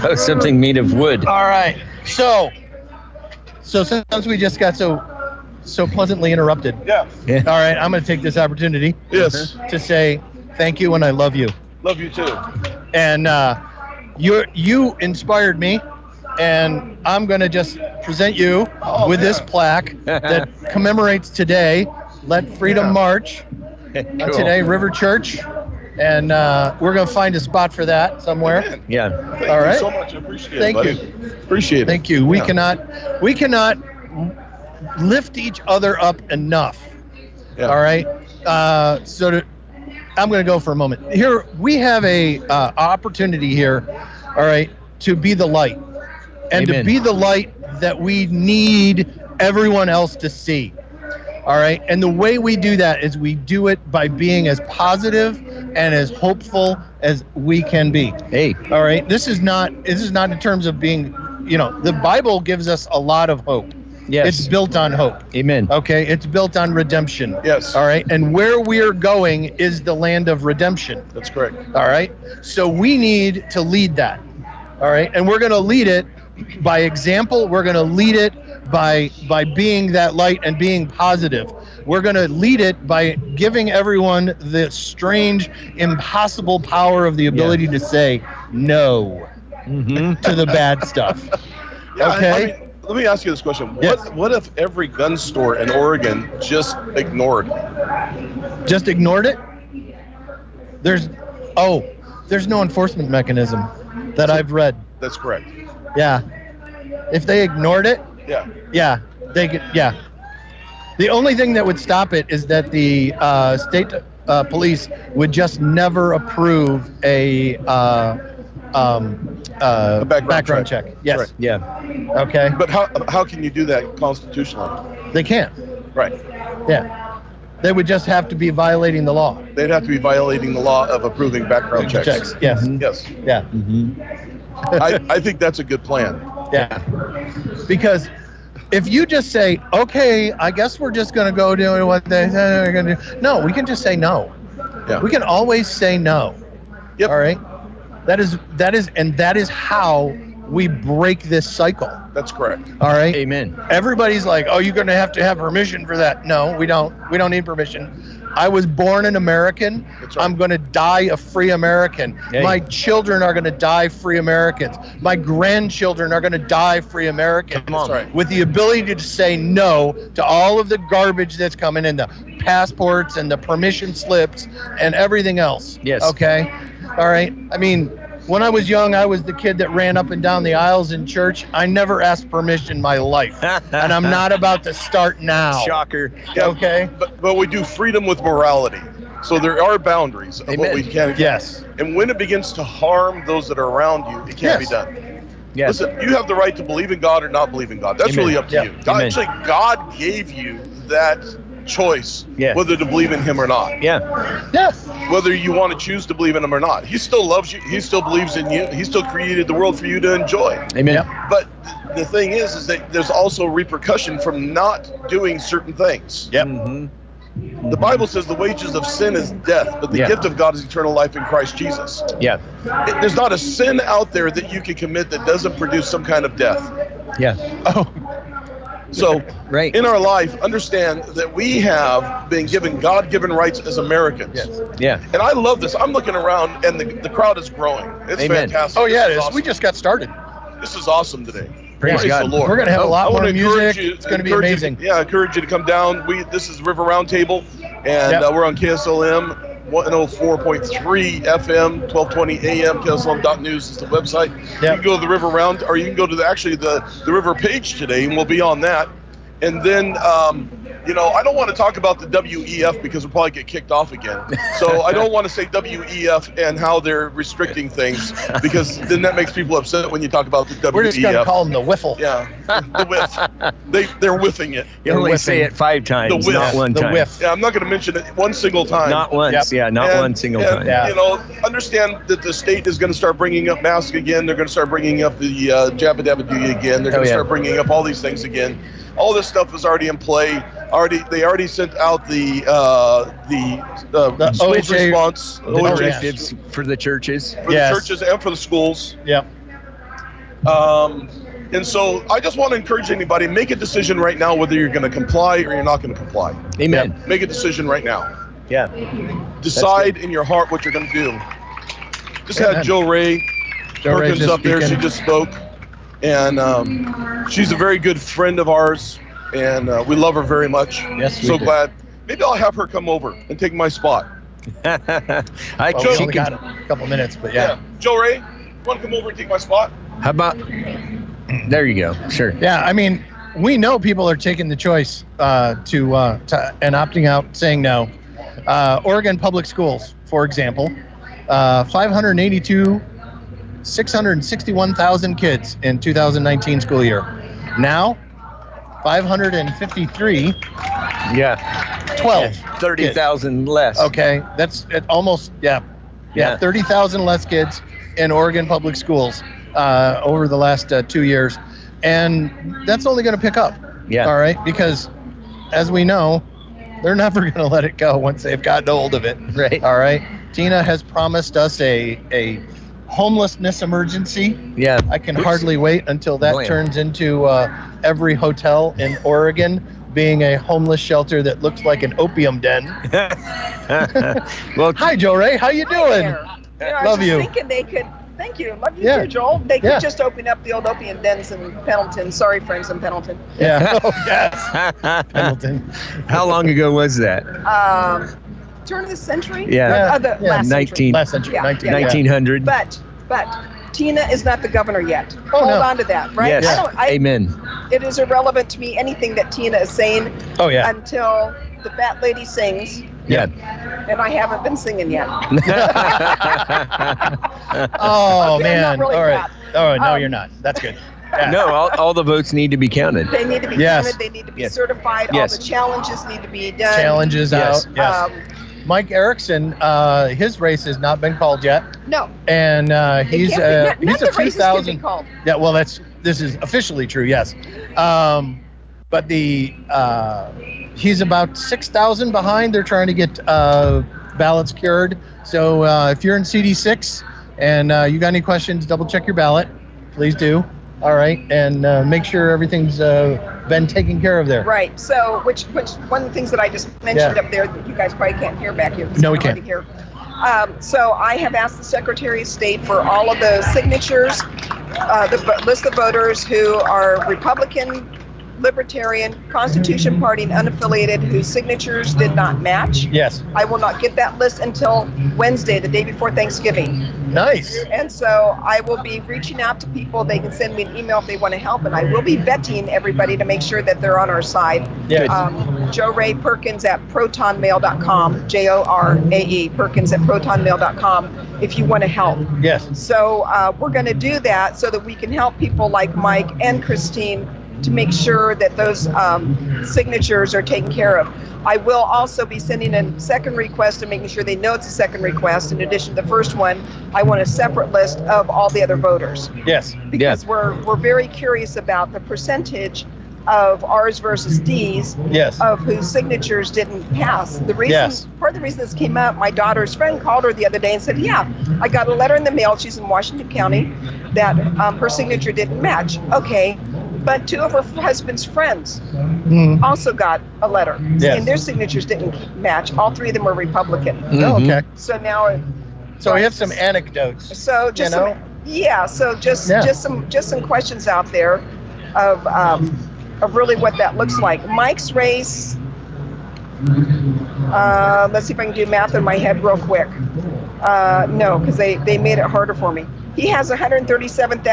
oh, something made of wood.
All right. So, so since we just got so so pleasantly interrupted, all
Yeah.
Yeah.
right, I'm going to take this opportunity
Yes.
to say thank you and I love you.
Love you too.
And uh, you you inspired me, and I'm going to just present you
Oh,
with this
man.
plaque that commemorates today. Let freedom
Yeah.
march. uh,
Cool.
today, River Church, and uh, we're gonna find a spot for that somewhere.
Man,
Yeah.
thank
All
you
right.
so much. I appreciate
Thank
it. buddy. Appreciate it.
Thank you. We
Yeah.
cannot, we cannot lift each other up enough.
Yeah.
All right. Uh, so to, I'm gonna go for a moment. Here we have a uh, opportunity here. All right, to be the light, and to
Amen.
be the light that we need everyone else to see. All right. And the way we do that is we do it by being as positive and as hopeful as we can be.
Hey.
All right. This is not this is not in terms of being, you know, the Bible gives us a lot of hope.
Yes.
It's built on hope.
Amen.
Okay, it's built on redemption.
Yes.
All right, and where we're going is the land of redemption.
That's correct.
All right. So we need to lead that. All right. And we're going to lead it by example. We're going to lead it by by being that light and being positive. We're going to lead it by giving everyone the strange, impossible power of the ability to say no
Mm-hmm.
to the bad stuff.
Yeah, I- I
Okay.
mean, let me ask you this question. What,
Yes.
what if every gun store in Oregon just ignored?
Just ignored it. There's oh, there's no enforcement mechanism that I've read.
That's correct.
Yeah. If they ignored it,
Yeah.
Yeah, they could. Yeah, the only thing that would stop it is that the uh, state uh, police would just never approve a uh, um, uh,
A background check.
Yes.
Right.
Yeah.
Okay.
But how, how can you do that constitutionally?
They can't.
Right.
Yeah. They would just have to be violating the law.
They'd have to be violating the law of approving background checks.
Checks. Yes.
Mhm.
Yes.
Yeah.
Mm-hmm.
I, I think that's a good plan.
Yeah. Because if you just say, okay, I guess we're just going to go doing what they said we're going to do. No, we can just say no.
Yeah.
We can always say no.
Yep.
All right. That is that is and that is how we break this cycle.
That's correct.
All right.
Amen.
Everybody's like, "Oh, you're going to have to have permission for that." No, we don't. We don't need permission. I was born an American.
That's right.
I'm going to die a free American.
Hey.
My children are going to die free Americans. My grandchildren are going to die free Americans.
Come on.
That's right.
With the ability to say no to all of the garbage that's coming in the passports and the permission slips and everything else.
Yes.
Okay. All right. I mean, when I was young, I was the kid that ran up and down the aisles in church. I never asked permission in my life and I'm not about to start now.
Shocker.
Okay.
But, but we do freedom with morality. So there are boundaries of what
Amen.
we can.
Yes.
And when it begins to harm those that are around you, it can't be
Yes.
done.
Yes.
Listen, you have the right to believe in God or not believe in God. That's
Amen.
really up to
Yeah.
you. God,
Amen.
actually, God gave you that choice
Yeah.
whether to believe in Him or not,
Yeah.
Yes.
whether you want to choose to believe in Him or not. He still loves you. He still believes in you. He still created the world for you to enjoy.
Amen.
But the thing is, is that there's also repercussion from not doing certain things.
Yep.
Mhm.
The Bible says the wages of sin is death, but the
Yeah.
gift of God is eternal life in Christ Jesus.
Yeah.
It- There's not a sin out there that you can commit that doesn't produce some kind of death.
Yeah.
Oh,
So
Right.
in our life, understand that we have been given God given rights as Americans.
Yeah.
And I love this. I'm looking around and the, the crowd is growing. It's
Amen.
fantastic.
oh yeah,
this
it is.
is, awesome.
We just got started.
this is awesome today.
Praise
Praise
God.
the Lord.
We're gonna have a lot
I
more
wanna encourage
music.
you-
It's gonna be
encourage you-
amazing.
yeah, I encourage you to come down. We this is River Roundtable, and uh, we're on KSLM 104.3 FM, 1220 AM. KSLM.news is the website. You
Yep.
can go to the River Round, or you can go to the actually the the River page today, and we'll be on that. And then, um, you know, I don't want to talk about the WEF because we'll probably get kicked off again. So I don't want to say WEF and how they're restricting things because then that makes people upset when you talk about the WEF.
We're just gonna call them the Wiffle.
Yeah, the whiff. they they're whiffing it.
You
The
only
whiffing.
say it five times,
whiff.
not one
the
time.
Whiff.
Yeah, I'm not going to mention it one single time.
Not once. Yeah. Not
And-
one single
and,
time.
Yeah.
You know, understand that the state is going to start bringing up mask again. They're going to start bringing up the uh, Jabba Dabba Doo again. They're
Oh,
going to
yeah.
start bringing up all these things again. All this stuff is already in play. Already, they already sent out the uh, the, uh,
The
schools
OHA
response
The
yeah.
directives for the churches.
for
Yes.
the churches and for the schools.
Yep.
Um, and so I just want to encourage anybody make a decision right now whether you're going to comply or you're not going to comply.
Amen.
Make a decision right now.
Yeah.
Decide in your heart what you're going to do. Just
Amen.
had Joe Ray
Joe Ray
Perkins
just
up there. She
speaking.
just spoke, and um, she's a very good friend of ours, and uh, we love her very much.
Yes, we
so
do.
glad. Maybe I'll have her come over and take my spot.
I
Well,
she
we only
can-
got a couple minutes, but yeah.
Joe Ray, you want to come over and take my spot?
How about? There you go. Sure.
Yeah, I mean, we know people are taking the choice uh, to, uh, to and opting out, saying no. Uh, Oregon public schools, for example, uh, 582, 661,000 kids in 2019 school year. Now, 553,
Yeah.
12.
Thirty thousand less.
Okay, that's it, almost yeah, yeah,
Yeah.
thirty thousand less kids in Oregon public schools uh, over the last uh, two years, and that's only going to pick up.
Yeah.
All right, because as we know, they're never going to let it go once they've gotten hold of it.
Right.
All right, Tina has promised us a a homelessness emergency.
Yeah.
I can
Oops.
hardly wait until that
Brilliant.
turns into uh, every hotel in Oregon being a homeless shelter that looks like an opium den.
well,
Hi, Joe Ray. How you
Hi
doing?
there. know, I was
Love
just
you.
Thinking they could. Thank you. Love you
Yeah.
too, Joel. They could
Yeah.
just open up the old opium dens in Pendleton. Sorry, friends in Pendleton.
Yeah. Oh, yes.
how
Pendleton.
long ago was that?
Um, turn of the century.
Yeah.
Uh, the
Yeah.
last century.
19,
Last century.
Yeah,
19.
yeah.
1900.
But but Tina is not the governor yet.
Oh,
Hold
no.
on to that, right?
Yes.
I don't. I,
Amen.
it is irrelevant to me anything that Tina is saying
Oh, yeah.
until the Bat Lady sings,
Yeah.
and I haven't been singing yet.
Oh,
Okay, I'm not
man.
really
All right.
proud.
All right. No,
Um,
you're not. That's good. Yeah.
no, all, all the votes need to be counted.
They need to be
Yes.
counted. They need to be
Yes.
certified.
Yes.
All the challenges need to be done.
Challenges
Yes.
out. Yes.
Um,
Mike Erickson, uh, his race has not been called yet,
no,
and uh,
They
he's
can't
uh,
be, not,
he's
not
a
the races can be
2000.
called.
Yeah, well, that's this is officially true. Yes, um, but the uh, he's about six thousand behind. They're trying to get uh, ballots cured. So uh, if you're in CD six and uh, you got any questions, double check your ballot. Please do. All right, and uh, make sure everything's uh, been taken care of there.
Right. So, which which one of the things that I just mentioned
Yeah.
up there that you guys probably can't hear back here. because
No, we
it's hard
can't.
to hear. Um, so I have asked the Secretary of State for all of those signatures, uh, the vo- list of voters who are Republican, Libertarian,
Mm-hmm.
Constitution Party, and unaffiliated whose signatures did not match.
Yes.
I will not get that list until Wednesday, the day before Thanksgiving.
Nice.
And so I will be reaching out to people. They can send me an email if they want to help, and I will be vetting everybody to make sure that they're on our side.
Yeah.
Um, Joe Ray Perkins at protonmail.com, J O R A E Perkins at protonmail.com, if you want to help.
yes.
So uh, we're going to do that so that we can help people like Mike and Christine to make sure that those um, signatures are taken care of. I will also be sending a second request and making sure they know it's a second request. In addition to the first one, I want a separate list of all the other voters
Yes.
because we're we're very curious about the percentage of R's versus D's
Yes.
of whose signatures didn't pass. The reason,
Yes.
part of the reason this came up, my daughter's friend called her the other day and said, "Yeah, I got a letter in the mail. She's in Washington County, that um, her signature didn't match." Okay, but two of her husband's friends
Mm.
also got a letter,
Yes.
and their signatures didn't match. All three of them were Republican.
Mhm.
Oh, okay.
So now,
So we have some anecdotes.
so just
You know?
some, yeah, so just
Yeah.
just some just some questions out there of um, of really what that looks like. Mike's race. Uh, let's see if I can do math in my head real quick. Uh, no, because they, they made it harder for me. He has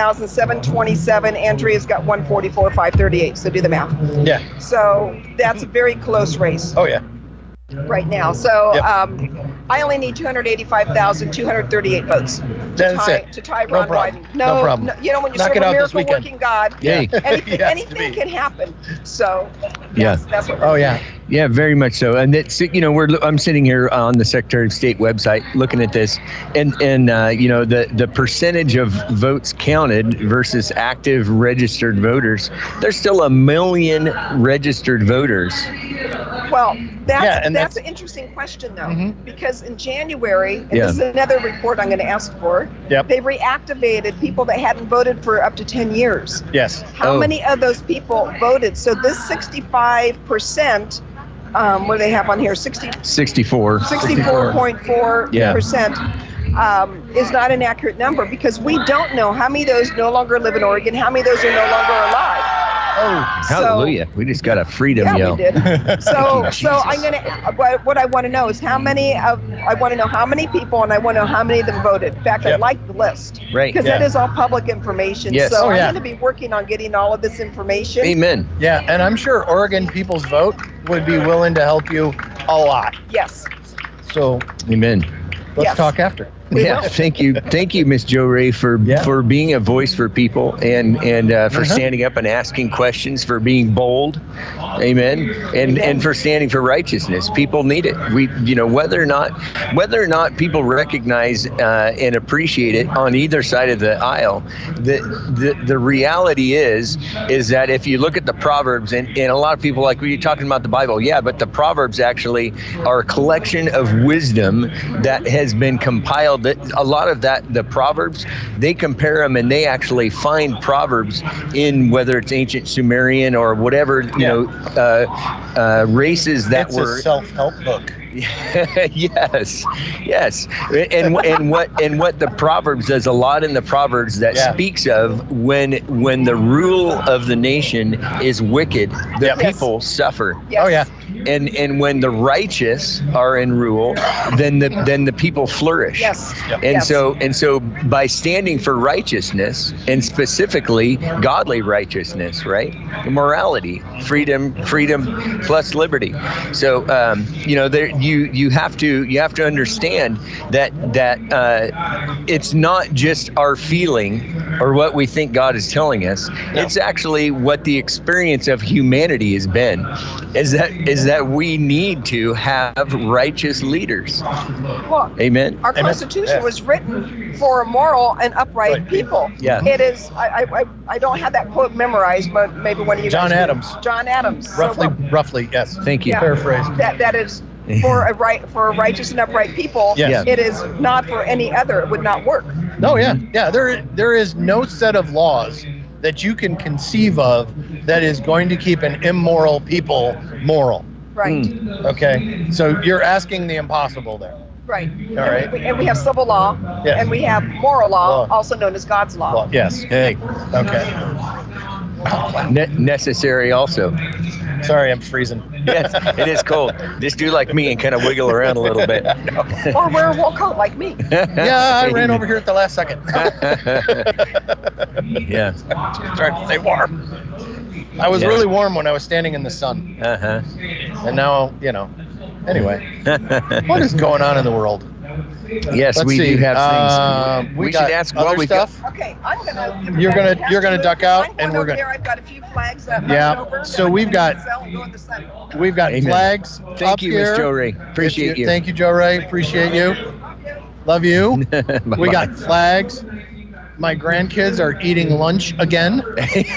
137,727. Andrea's got 144,538. So do the math.
Yeah.
So that's a very close race
Oh yeah.
right now. So
Yep.
um, I only need 285,238 votes to
That's
tie,
it.
to tie
No
Ron
problem.
Wyden.
No problem.
you know when you
Knock
serve
it
a
out this
miracle
weekend.
working God,
Yay.
anything,
Yes, to
anything
be.
can happen. So
Yeah.
that's, that's what.
Oh yeah.
Yeah, very much so. And it's you know we're I'm sitting here on the Secretary of State website looking at this, and and uh, you know the the percentage of votes counted versus active registered voters. There's still a million registered voters.
Well, that's
Yeah, and
that's,
that's-
an interesting question though,
Mhm.
because in January, and
Yeah.
this is another report I'm going to ask for.
Yep.
They reactivated people that hadn't voted for up to 10 years.
Yes.
How
Oh.
many of those people voted? So this 65%, um, what do they have on here? 60,
64.
64.4 percent um, is not an accurate number because we don't know how many of those no longer live in Oregon, how many of those are no longer alive.
Oh.
So-
Hallelujah! we just got a freedom
yeah,
yell.
we did. So,
Thank you,
so
Jesus.
I'm gonna. What, what I want to know is how many of I want to know how many people, and I want to know how many of them voted. In fact, I
Yep.
like the list
Right.
because that
Yeah.
is all public information.
Yes.
So
Oh,
I'm
yeah.
going to be working on getting all of this information.
Amen.
Yeah, and I'm sure Oregon People's Vote would be willing to help you a lot.
Yes.
So
Amen.
let's
Yes.
talk after.
yeah, thank you, thank you, Miss Jo Ray, for
Yeah.
for being a voice for people and and uh, for standing up and asking questions, for being bold, amen, and and for standing for righteousness. People need it. We, you know, whether or not whether or not people recognize uh, and appreciate it on either side of the aisle, the the, the reality is is that if you look at the proverbs and, and a lot of people like, well, you're talking about the Bible, yeah, but the proverbs actually are a collection of wisdom that has been compiled. That- A lot of that, the proverbs, they compare them and they actually find proverbs in whether it's ancient Sumerian or whatever you
Yeah.
know uh, uh, races that
It's
were
a self-help book.
yes, yes, and and what and what the proverbs there's a lot in the proverbs that
Yeah.
speaks of when when the rule of the nation is wicked, the
Yep.
Yes.
people suffer,
Yes.
Oh yeah.
and and when the righteous are in rule, then the then the people flourish.
Yes.
Yep.
And
Yes.
so and so by standing for righteousness and specifically godly righteousness, right? Morality, freedom, freedom plus liberty. So um, you know there you you have to you have to understand that that uh, it's not just our feeling or what we think God is telling us. It's actually what the experience of humanity has been. Is that is that we need to have righteous leaders.
Well,
Amen.
our
Amen.
Constitution
Yeah.
was written for moral and upright
Right.
people.
Yeah.
It is. I, I, I- I don't have that quote memorized, but maybe one of you.
John
guys do.
Adams.
John Adams. So
Roughly,
what-
roughly, yes.
Thank you.
Yeah.
Paraphrase.
that that is for a right for a righteous and upright people.
Yes.
It is not for any other. It would not work.
No, Oh, yeah, yeah. There, there is no set of laws that you can conceive of that is going to keep an immoral people moral.
Right.
Hmm.
Mm.
Okay, so you're asking the impossible there.
Right.
All right.
And we, and we have civil law,
Yes.
and we have moral law,
Law.
also known as God's law.
Well, yes. Hey. Okay.
Ne- necessary also.
Sorry, I'm freezing.
yes, it is cold. Just do like me and kind of wiggle around a little bit.
Or wear a wool coat like me.
yeah, I ran over here at the last second.
yeah.
Trying to stay warm. I was
Yeah.
really warm when I was standing in the sun,
Uh
and now you know. Anyway,
huh.
what is going on in the world?
yes,
Let's
we
see.
do have things.
Uh, we
we
got
should ask
other
what we got.
stuff.
Okay, I'm gonna. give it
You're
back.
gonna-
You have
you're
to
gonna
move.
duck out,
I'm
and
going
we're
over
gonna-
There, I've got a few flags that.
Yeah,
I'm over,
so
I'm
we've
gonna
got-
sell and go in the sun.
We've got
Amen.
flags.
Thank
up
you, Miss
here.
Joe Ray. Appreciate you.
Thank you, Joe Ray. Appreciate you. Love you. we
Bye-bye.
got flags. My grandkids are eating lunch again.
There's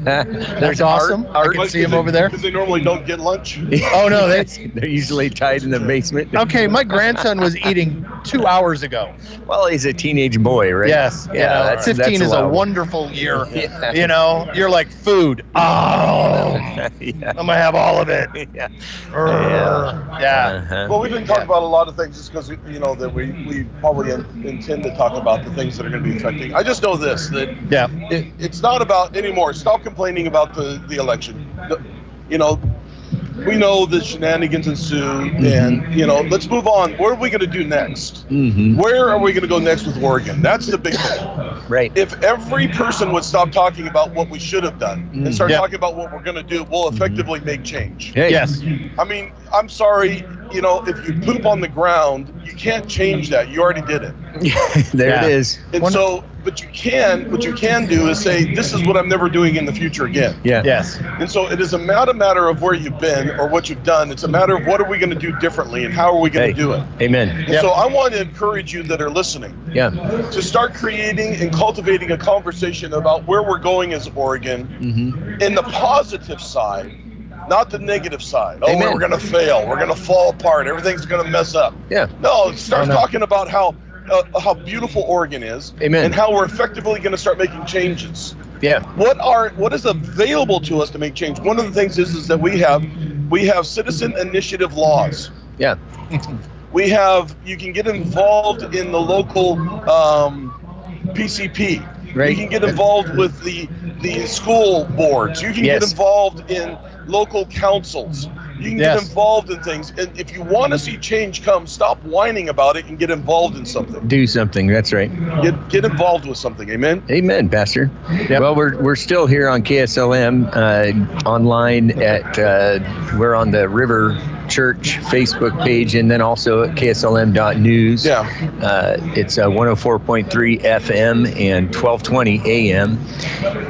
That's awesome.
Art,
I can see them
they-
over there.
Because they normally don't get lunch.
Oh no, they.
They're usually tied in the basement.
Okay, my grandson was eating two hours ago.
Well, he's a teenage boy, right?
Yes. you know,
Yeah. that's-
fifteen
that's
is a
allowable.
wonderful year.
Yeah.
You know, you're like food. Oh, I'm
yeah.
gonna have all of it.
Yeah.
Urgh. Yeah.
Uh-huh.
Well, we didn't talk about a lot of things just because you know that we we probably in, intend to talk about the things that are going to be affecting. I just know this that
Yeah.
it, it's not about anymore. Stop complaining about the the election. The- you know, we know the shenanigans ensue, and you know, let's move on. What are we going to do next?
Mhm.
Where are we going to go next with Oregon? That's the big thing.
Right.
If every person would stop talking about what we should have done and start
Yeah.
talking about what we're going to do, we'll effectively make change.
Hey.
Yes.
I mean, I'm sorry, you know, if you poop on the ground, you can't change that. You already did it.
there
Yeah.
it is.
And
Wonder-
so, but you can, what you can do is say, this is what I'm never doing in the future again.
Yeah.
Yes.
And so it is a not a matter of where you've been or what you've done. It's a matter of what are we going to do differently and how are we going
Hey.
to do it.
Amen.
And
Yep.
so I want to encourage you that are listening
Yeah.
to start creating and cultivating a conversation about where we're going as Oregon
Mm-hmm.
in the positive side, not the negative side. Oh,
Amen.
we're going to fail. We're going to fall apart. Everything's going to mess up.
Yeah.
No, start
Oh, no.
talking about how uh, how beautiful Oregon is,
Amen.
and how we're effectively going to start making changes.
Yeah.
What are what is available to us to make change? One of the things is is that we have we have citizen initiative laws.
Yeah.
We have you can get involved in the local um, PCP.
Right.
You can get involved with the the school boards. You can
Yes.
get involved in local councils. You can
Yes.
get involved in things. And if you want to see change come, stop whining about it and get involved in something.
Do something. That's right.
Get get involved with something. Amen.
Amen, Pastor.
Yep.
Well, we're, we're still here on KSLM uh, online at uh, we're on the River Church Facebook page and then also at KSLM.news.
Yeah.
Uh, it's uh, 104.3 FM and 12:20 a.m.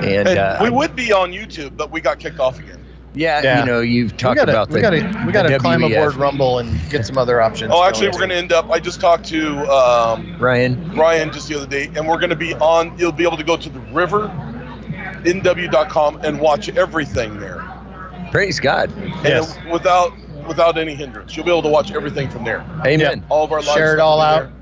And,
And
uh,
we would be on YouTube, but we got kicked off again.
yeah,
Yeah.
you know, you've
we
talked
gotta,
about the E
we gotta, we gotta
the
climb
WEF.
aboard Rumble and get some other options.
Oh, actually, we're
going.
going to end up. I just talked to um,
Ryan.
Ryan just the other day, and we're going to be on. You'll be able to go to the river, nw.com, and watch everything there.
Praise God.
And
Yes.
without without any hindrance, you'll be able to watch everything from there.
Amen.
All of our live
share
stuff
it all
will be
out,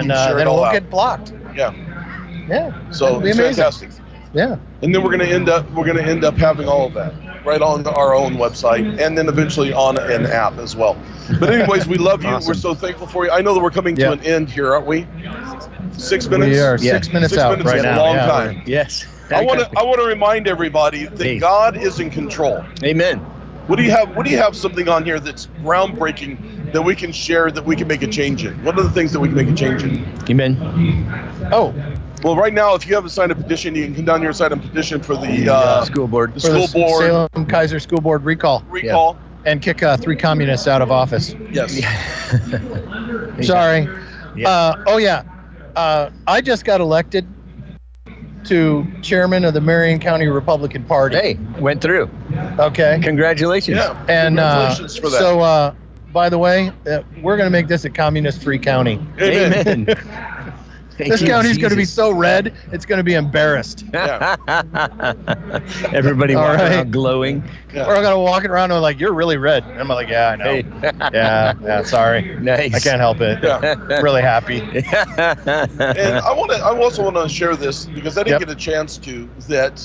and uh,
Share it
then
all
we'll
out.
get blocked.
there. Yeah.
Yeah.
So
That'd be
it's
amazing.
fantastic.
Yeah.
And then we're going to end up we're going to end up having all of that right on our own website, and then eventually on an app as well. But anyways, we love you.
Awesome.
We're so thankful for you. I know that we're coming
Yeah.
to an end here, aren't we? Six minutes.
We are
Yeah.
six minutes
Six
out
minutes
right
is a
now.
long
yeah.
time.
Yes.
I want to I want to remind everybody that
Hey.
God is in control.
Amen.
What do you have? What do you have? Something on here that's groundbreaking that we can share that we can make a change in. What are the things that we can make a change in?
Amen.
Oh,
Well, right now, if you haven't signed a petition, you can come down here and sign a petition for the
Uh,
uh,
school board.
the
for the
school board
Salem Kaiser School Board recall
recall.
and kick uh, three communists out of office.
Yes.
Sorry.
Yeah.
Uh, oh yeah. Uh, I just got elected to chairman of the Marion County Republican Party.
Hey, went through.
Okay.
Congratulations.
Yeah.
And uh,
Congratulations for that.
so, uh, by the way, uh, we're going to make this a communist-free county.
Amen.
Amen.
This county's going to be so red, it's going to be embarrassed.
Everybody
All
walking
right.
around glowing.
Yeah.
We're all going to walk it around and like, you're really red. And I'm like, yeah, I know.
Hey.
Yeah, yeah, sorry.
nice.
I can't help it.
Yeah.
really happy.
And uh, I want to. I also want to share this because I didn't
Yep.
get a chance to. That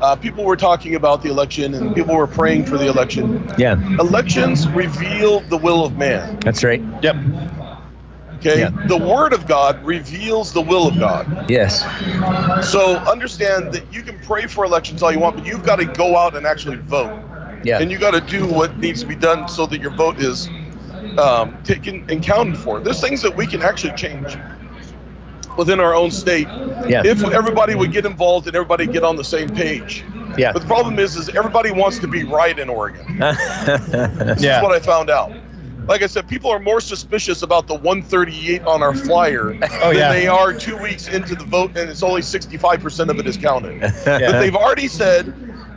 uh, people were talking about the election and people were praying for the election.
yeah,
Elections reveal the will of man.
that's right.
Yep.
Okay.
Yeah.
The Word of God reveals the will of God.
Yes.
So understand that you can pray for elections all you want, but you've got to go out and actually vote.
Yeah.
and you got to do what needs to be done so that your vote is um, taken and counted for. There's things that we can actually change within our own state
Yeah.
if everybody would get involved and everybody get on the same page.
Yeah.
But the problem is, is everybody wants to be right in Oregon. This
Yeah.
is what I found out. Like I said, people are more suspicious about the 138 on our flyer
Oh,
than
yeah.
they are two weeks into the vote, and it's only 65% of it is counted. But
Yeah.
they've already said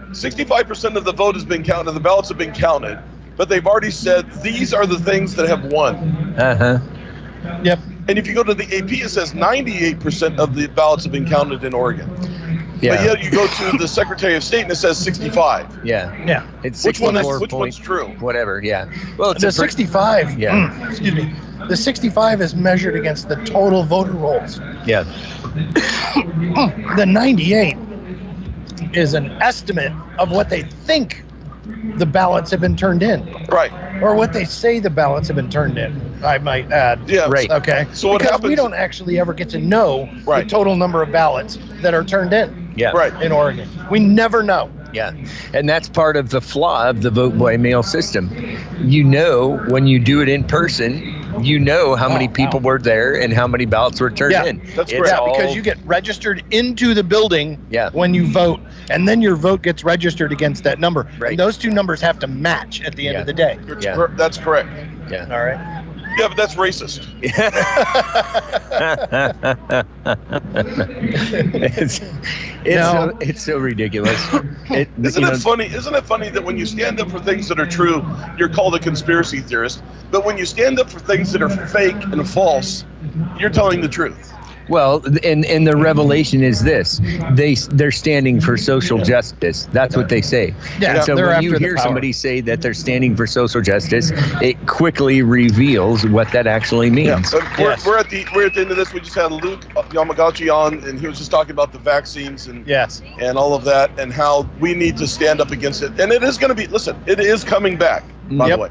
65% of the vote has been counted, the ballots have been counted, but they've already said these are the things that have won.
uh-huh.
Yep.
And if you go to the AP, it says 98% of the ballots have been counted in Oregon. But
Yeah.
yet you go to the Secretary of State and it says 65.
Yeah.
Yeah.
It's
Which, one is,
64
which one's
point
true?
Whatever. Yeah. Well, it's
The
a per-
65.
Yeah.
Mm, Excuse me. The 65 is measured against the total voter rolls.
yeah.
The 98 is an estimate of what they think the ballots have been turned in,
Right.
or what they say the ballots have been turned in. I might add.
Yeah.
Right.
Okay.
So what
because we
happens-
don't actually ever get to know
Right.
the total number of ballots that are turned in
Yeah.
Right.
in Oregon. We never know.
Yeah. And that's part of the flaw of the vote by mail system. You know, when you do it in person, you know how many
Oh, Wow,
people were there and how many ballots were turned
Yeah,
in.
that's
It's
correct.
yeah,
all-
because you get registered into the building
Yeah.
when you vote, and then your vote gets registered against that number.
Right.
And those two numbers have to match at the end
Yeah.
of the day.
You're
Yeah.
cor- That's correct.
Yeah.
All right.
Yeah, but that's racist.
it's it's,
No.
so, it's so ridiculous. It,
Isn't
you
it
know,
funny? Isn't it funny that when you stand up for things that are true, you're called a conspiracy theorist, but when you stand up for things that are fake and false, you're telling the truth.
Well, and and the revelation is this: they they're standing for social justice. That's what they say.
Yeah,
And so
they're
when
after
you
the
hear
power.
somebody say that they're standing for social justice, it quickly reveals what that actually means.
Uh,
But Uh, we're,
Yes.
we're at the we're at the end of this. We just had Luke Yamaguchi on, and he was just talking about the vaccines and
Yes.
and all of that, and how we need to stand up against it. And it is going to be. Listen, it is coming back. By
Yep.
the way,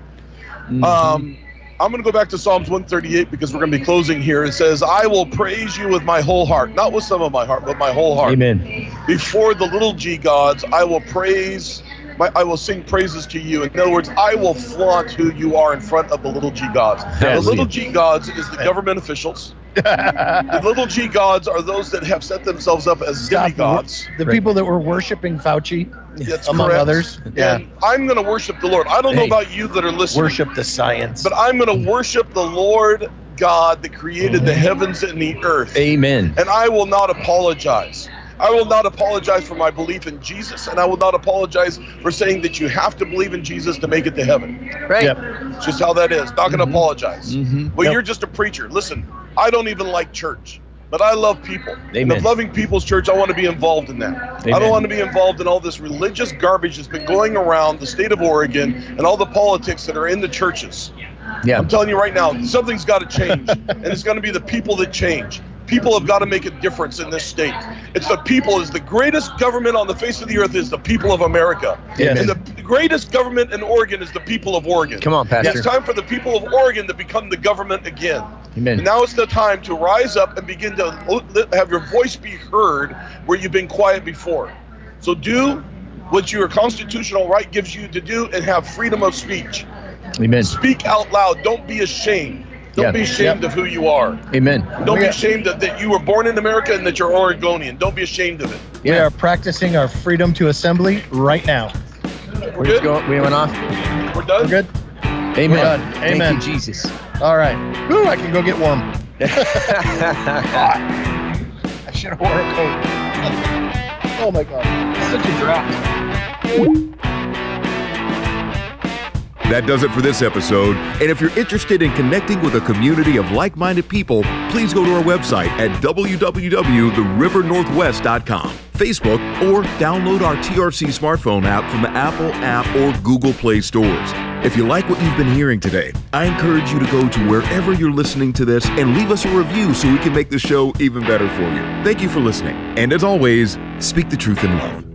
Mhm.
uh,
um, I'm going to go back to Psalms 138 because we're going to be closing here. It says, "I will praise you with my whole heart, not with some of my heart, but my whole heart."
Amen.
Before the little g gods, I will praise My, I will sing praises to you. In other words, I will flaunt who you are in front of the little g gods. The
Hallelujah.
little g gods is the government officials. The little g gods are those that have set themselves up as
Stop.
demigods.
the
Right.
people that were worshiping Fauci,
That's
among
correct.
others. Yeah.
And I'm going to worship the Lord. I don't know
Hey.
about you that are listening,
Worship the science.
but I'm going to worship the Lord God that created
Mm-hmm.
the heavens and the earth.
Amen.
and I will not apologize. I will not apologize for my belief in Jesus, and I will not apologize for saying that you have to believe in Jesus to make it to heaven.
Right.
Yep.
It's just how that is. Not going to apologize.
hmm
Well,
Yep.
you're just a preacher. Listen, I don't even like church, but I love people. And
Amen.
if loving people's church, I want to be involved in that. I
Amen.
don't want to be involved in all this religious garbage that's been going around the state of Oregon and all the politics that are in the churches.
Yeah.
I'm telling you right now, something's got to change, and it's going to be the people that change. People have got to make a difference in this state. It's the people. Is the greatest government on the face of the earth is the people of America,
Yes.
and the greatest government in Oregon is the people of Oregon.
Come on, Pastor.
It's time for the people of Oregon to become the government again.
Amen.
Now it's the time to rise up and begin to l- have your voice be heard where you've been quiet before. So do what your constitutional right gives you to do and have freedom of speech.
Amen.
Speak out loud. Don't be ashamed. Don't
Yeah.
be ashamed of who you are.
Amen.
Don't
We
be
are-
ashamed of, that you were born in America and that you're Oregonian. Don't be ashamed of it.
We
Yeah.
are practicing our freedom to assembly right now.
We're
We're just
good.
going, we went off.
We're done.
We're good?
Amen.
done. Amen.
Thank you, Jesus.
All right. Whew, I can go get warm. I should have worn a coat. oh my God. Such a draft.
That does it for this episode. And if you're interested in connecting with a community of like minded people, please go to our website at www.therivernorthwest.com, Facebook, or download our TRC smartphone app from the Apple App or Google Play stores. If you like what you've been hearing today, I encourage you to go to wherever you're listening to this and leave us a review so we can make the show even better for you. Thank you for listening. And as always, speak the truth in love.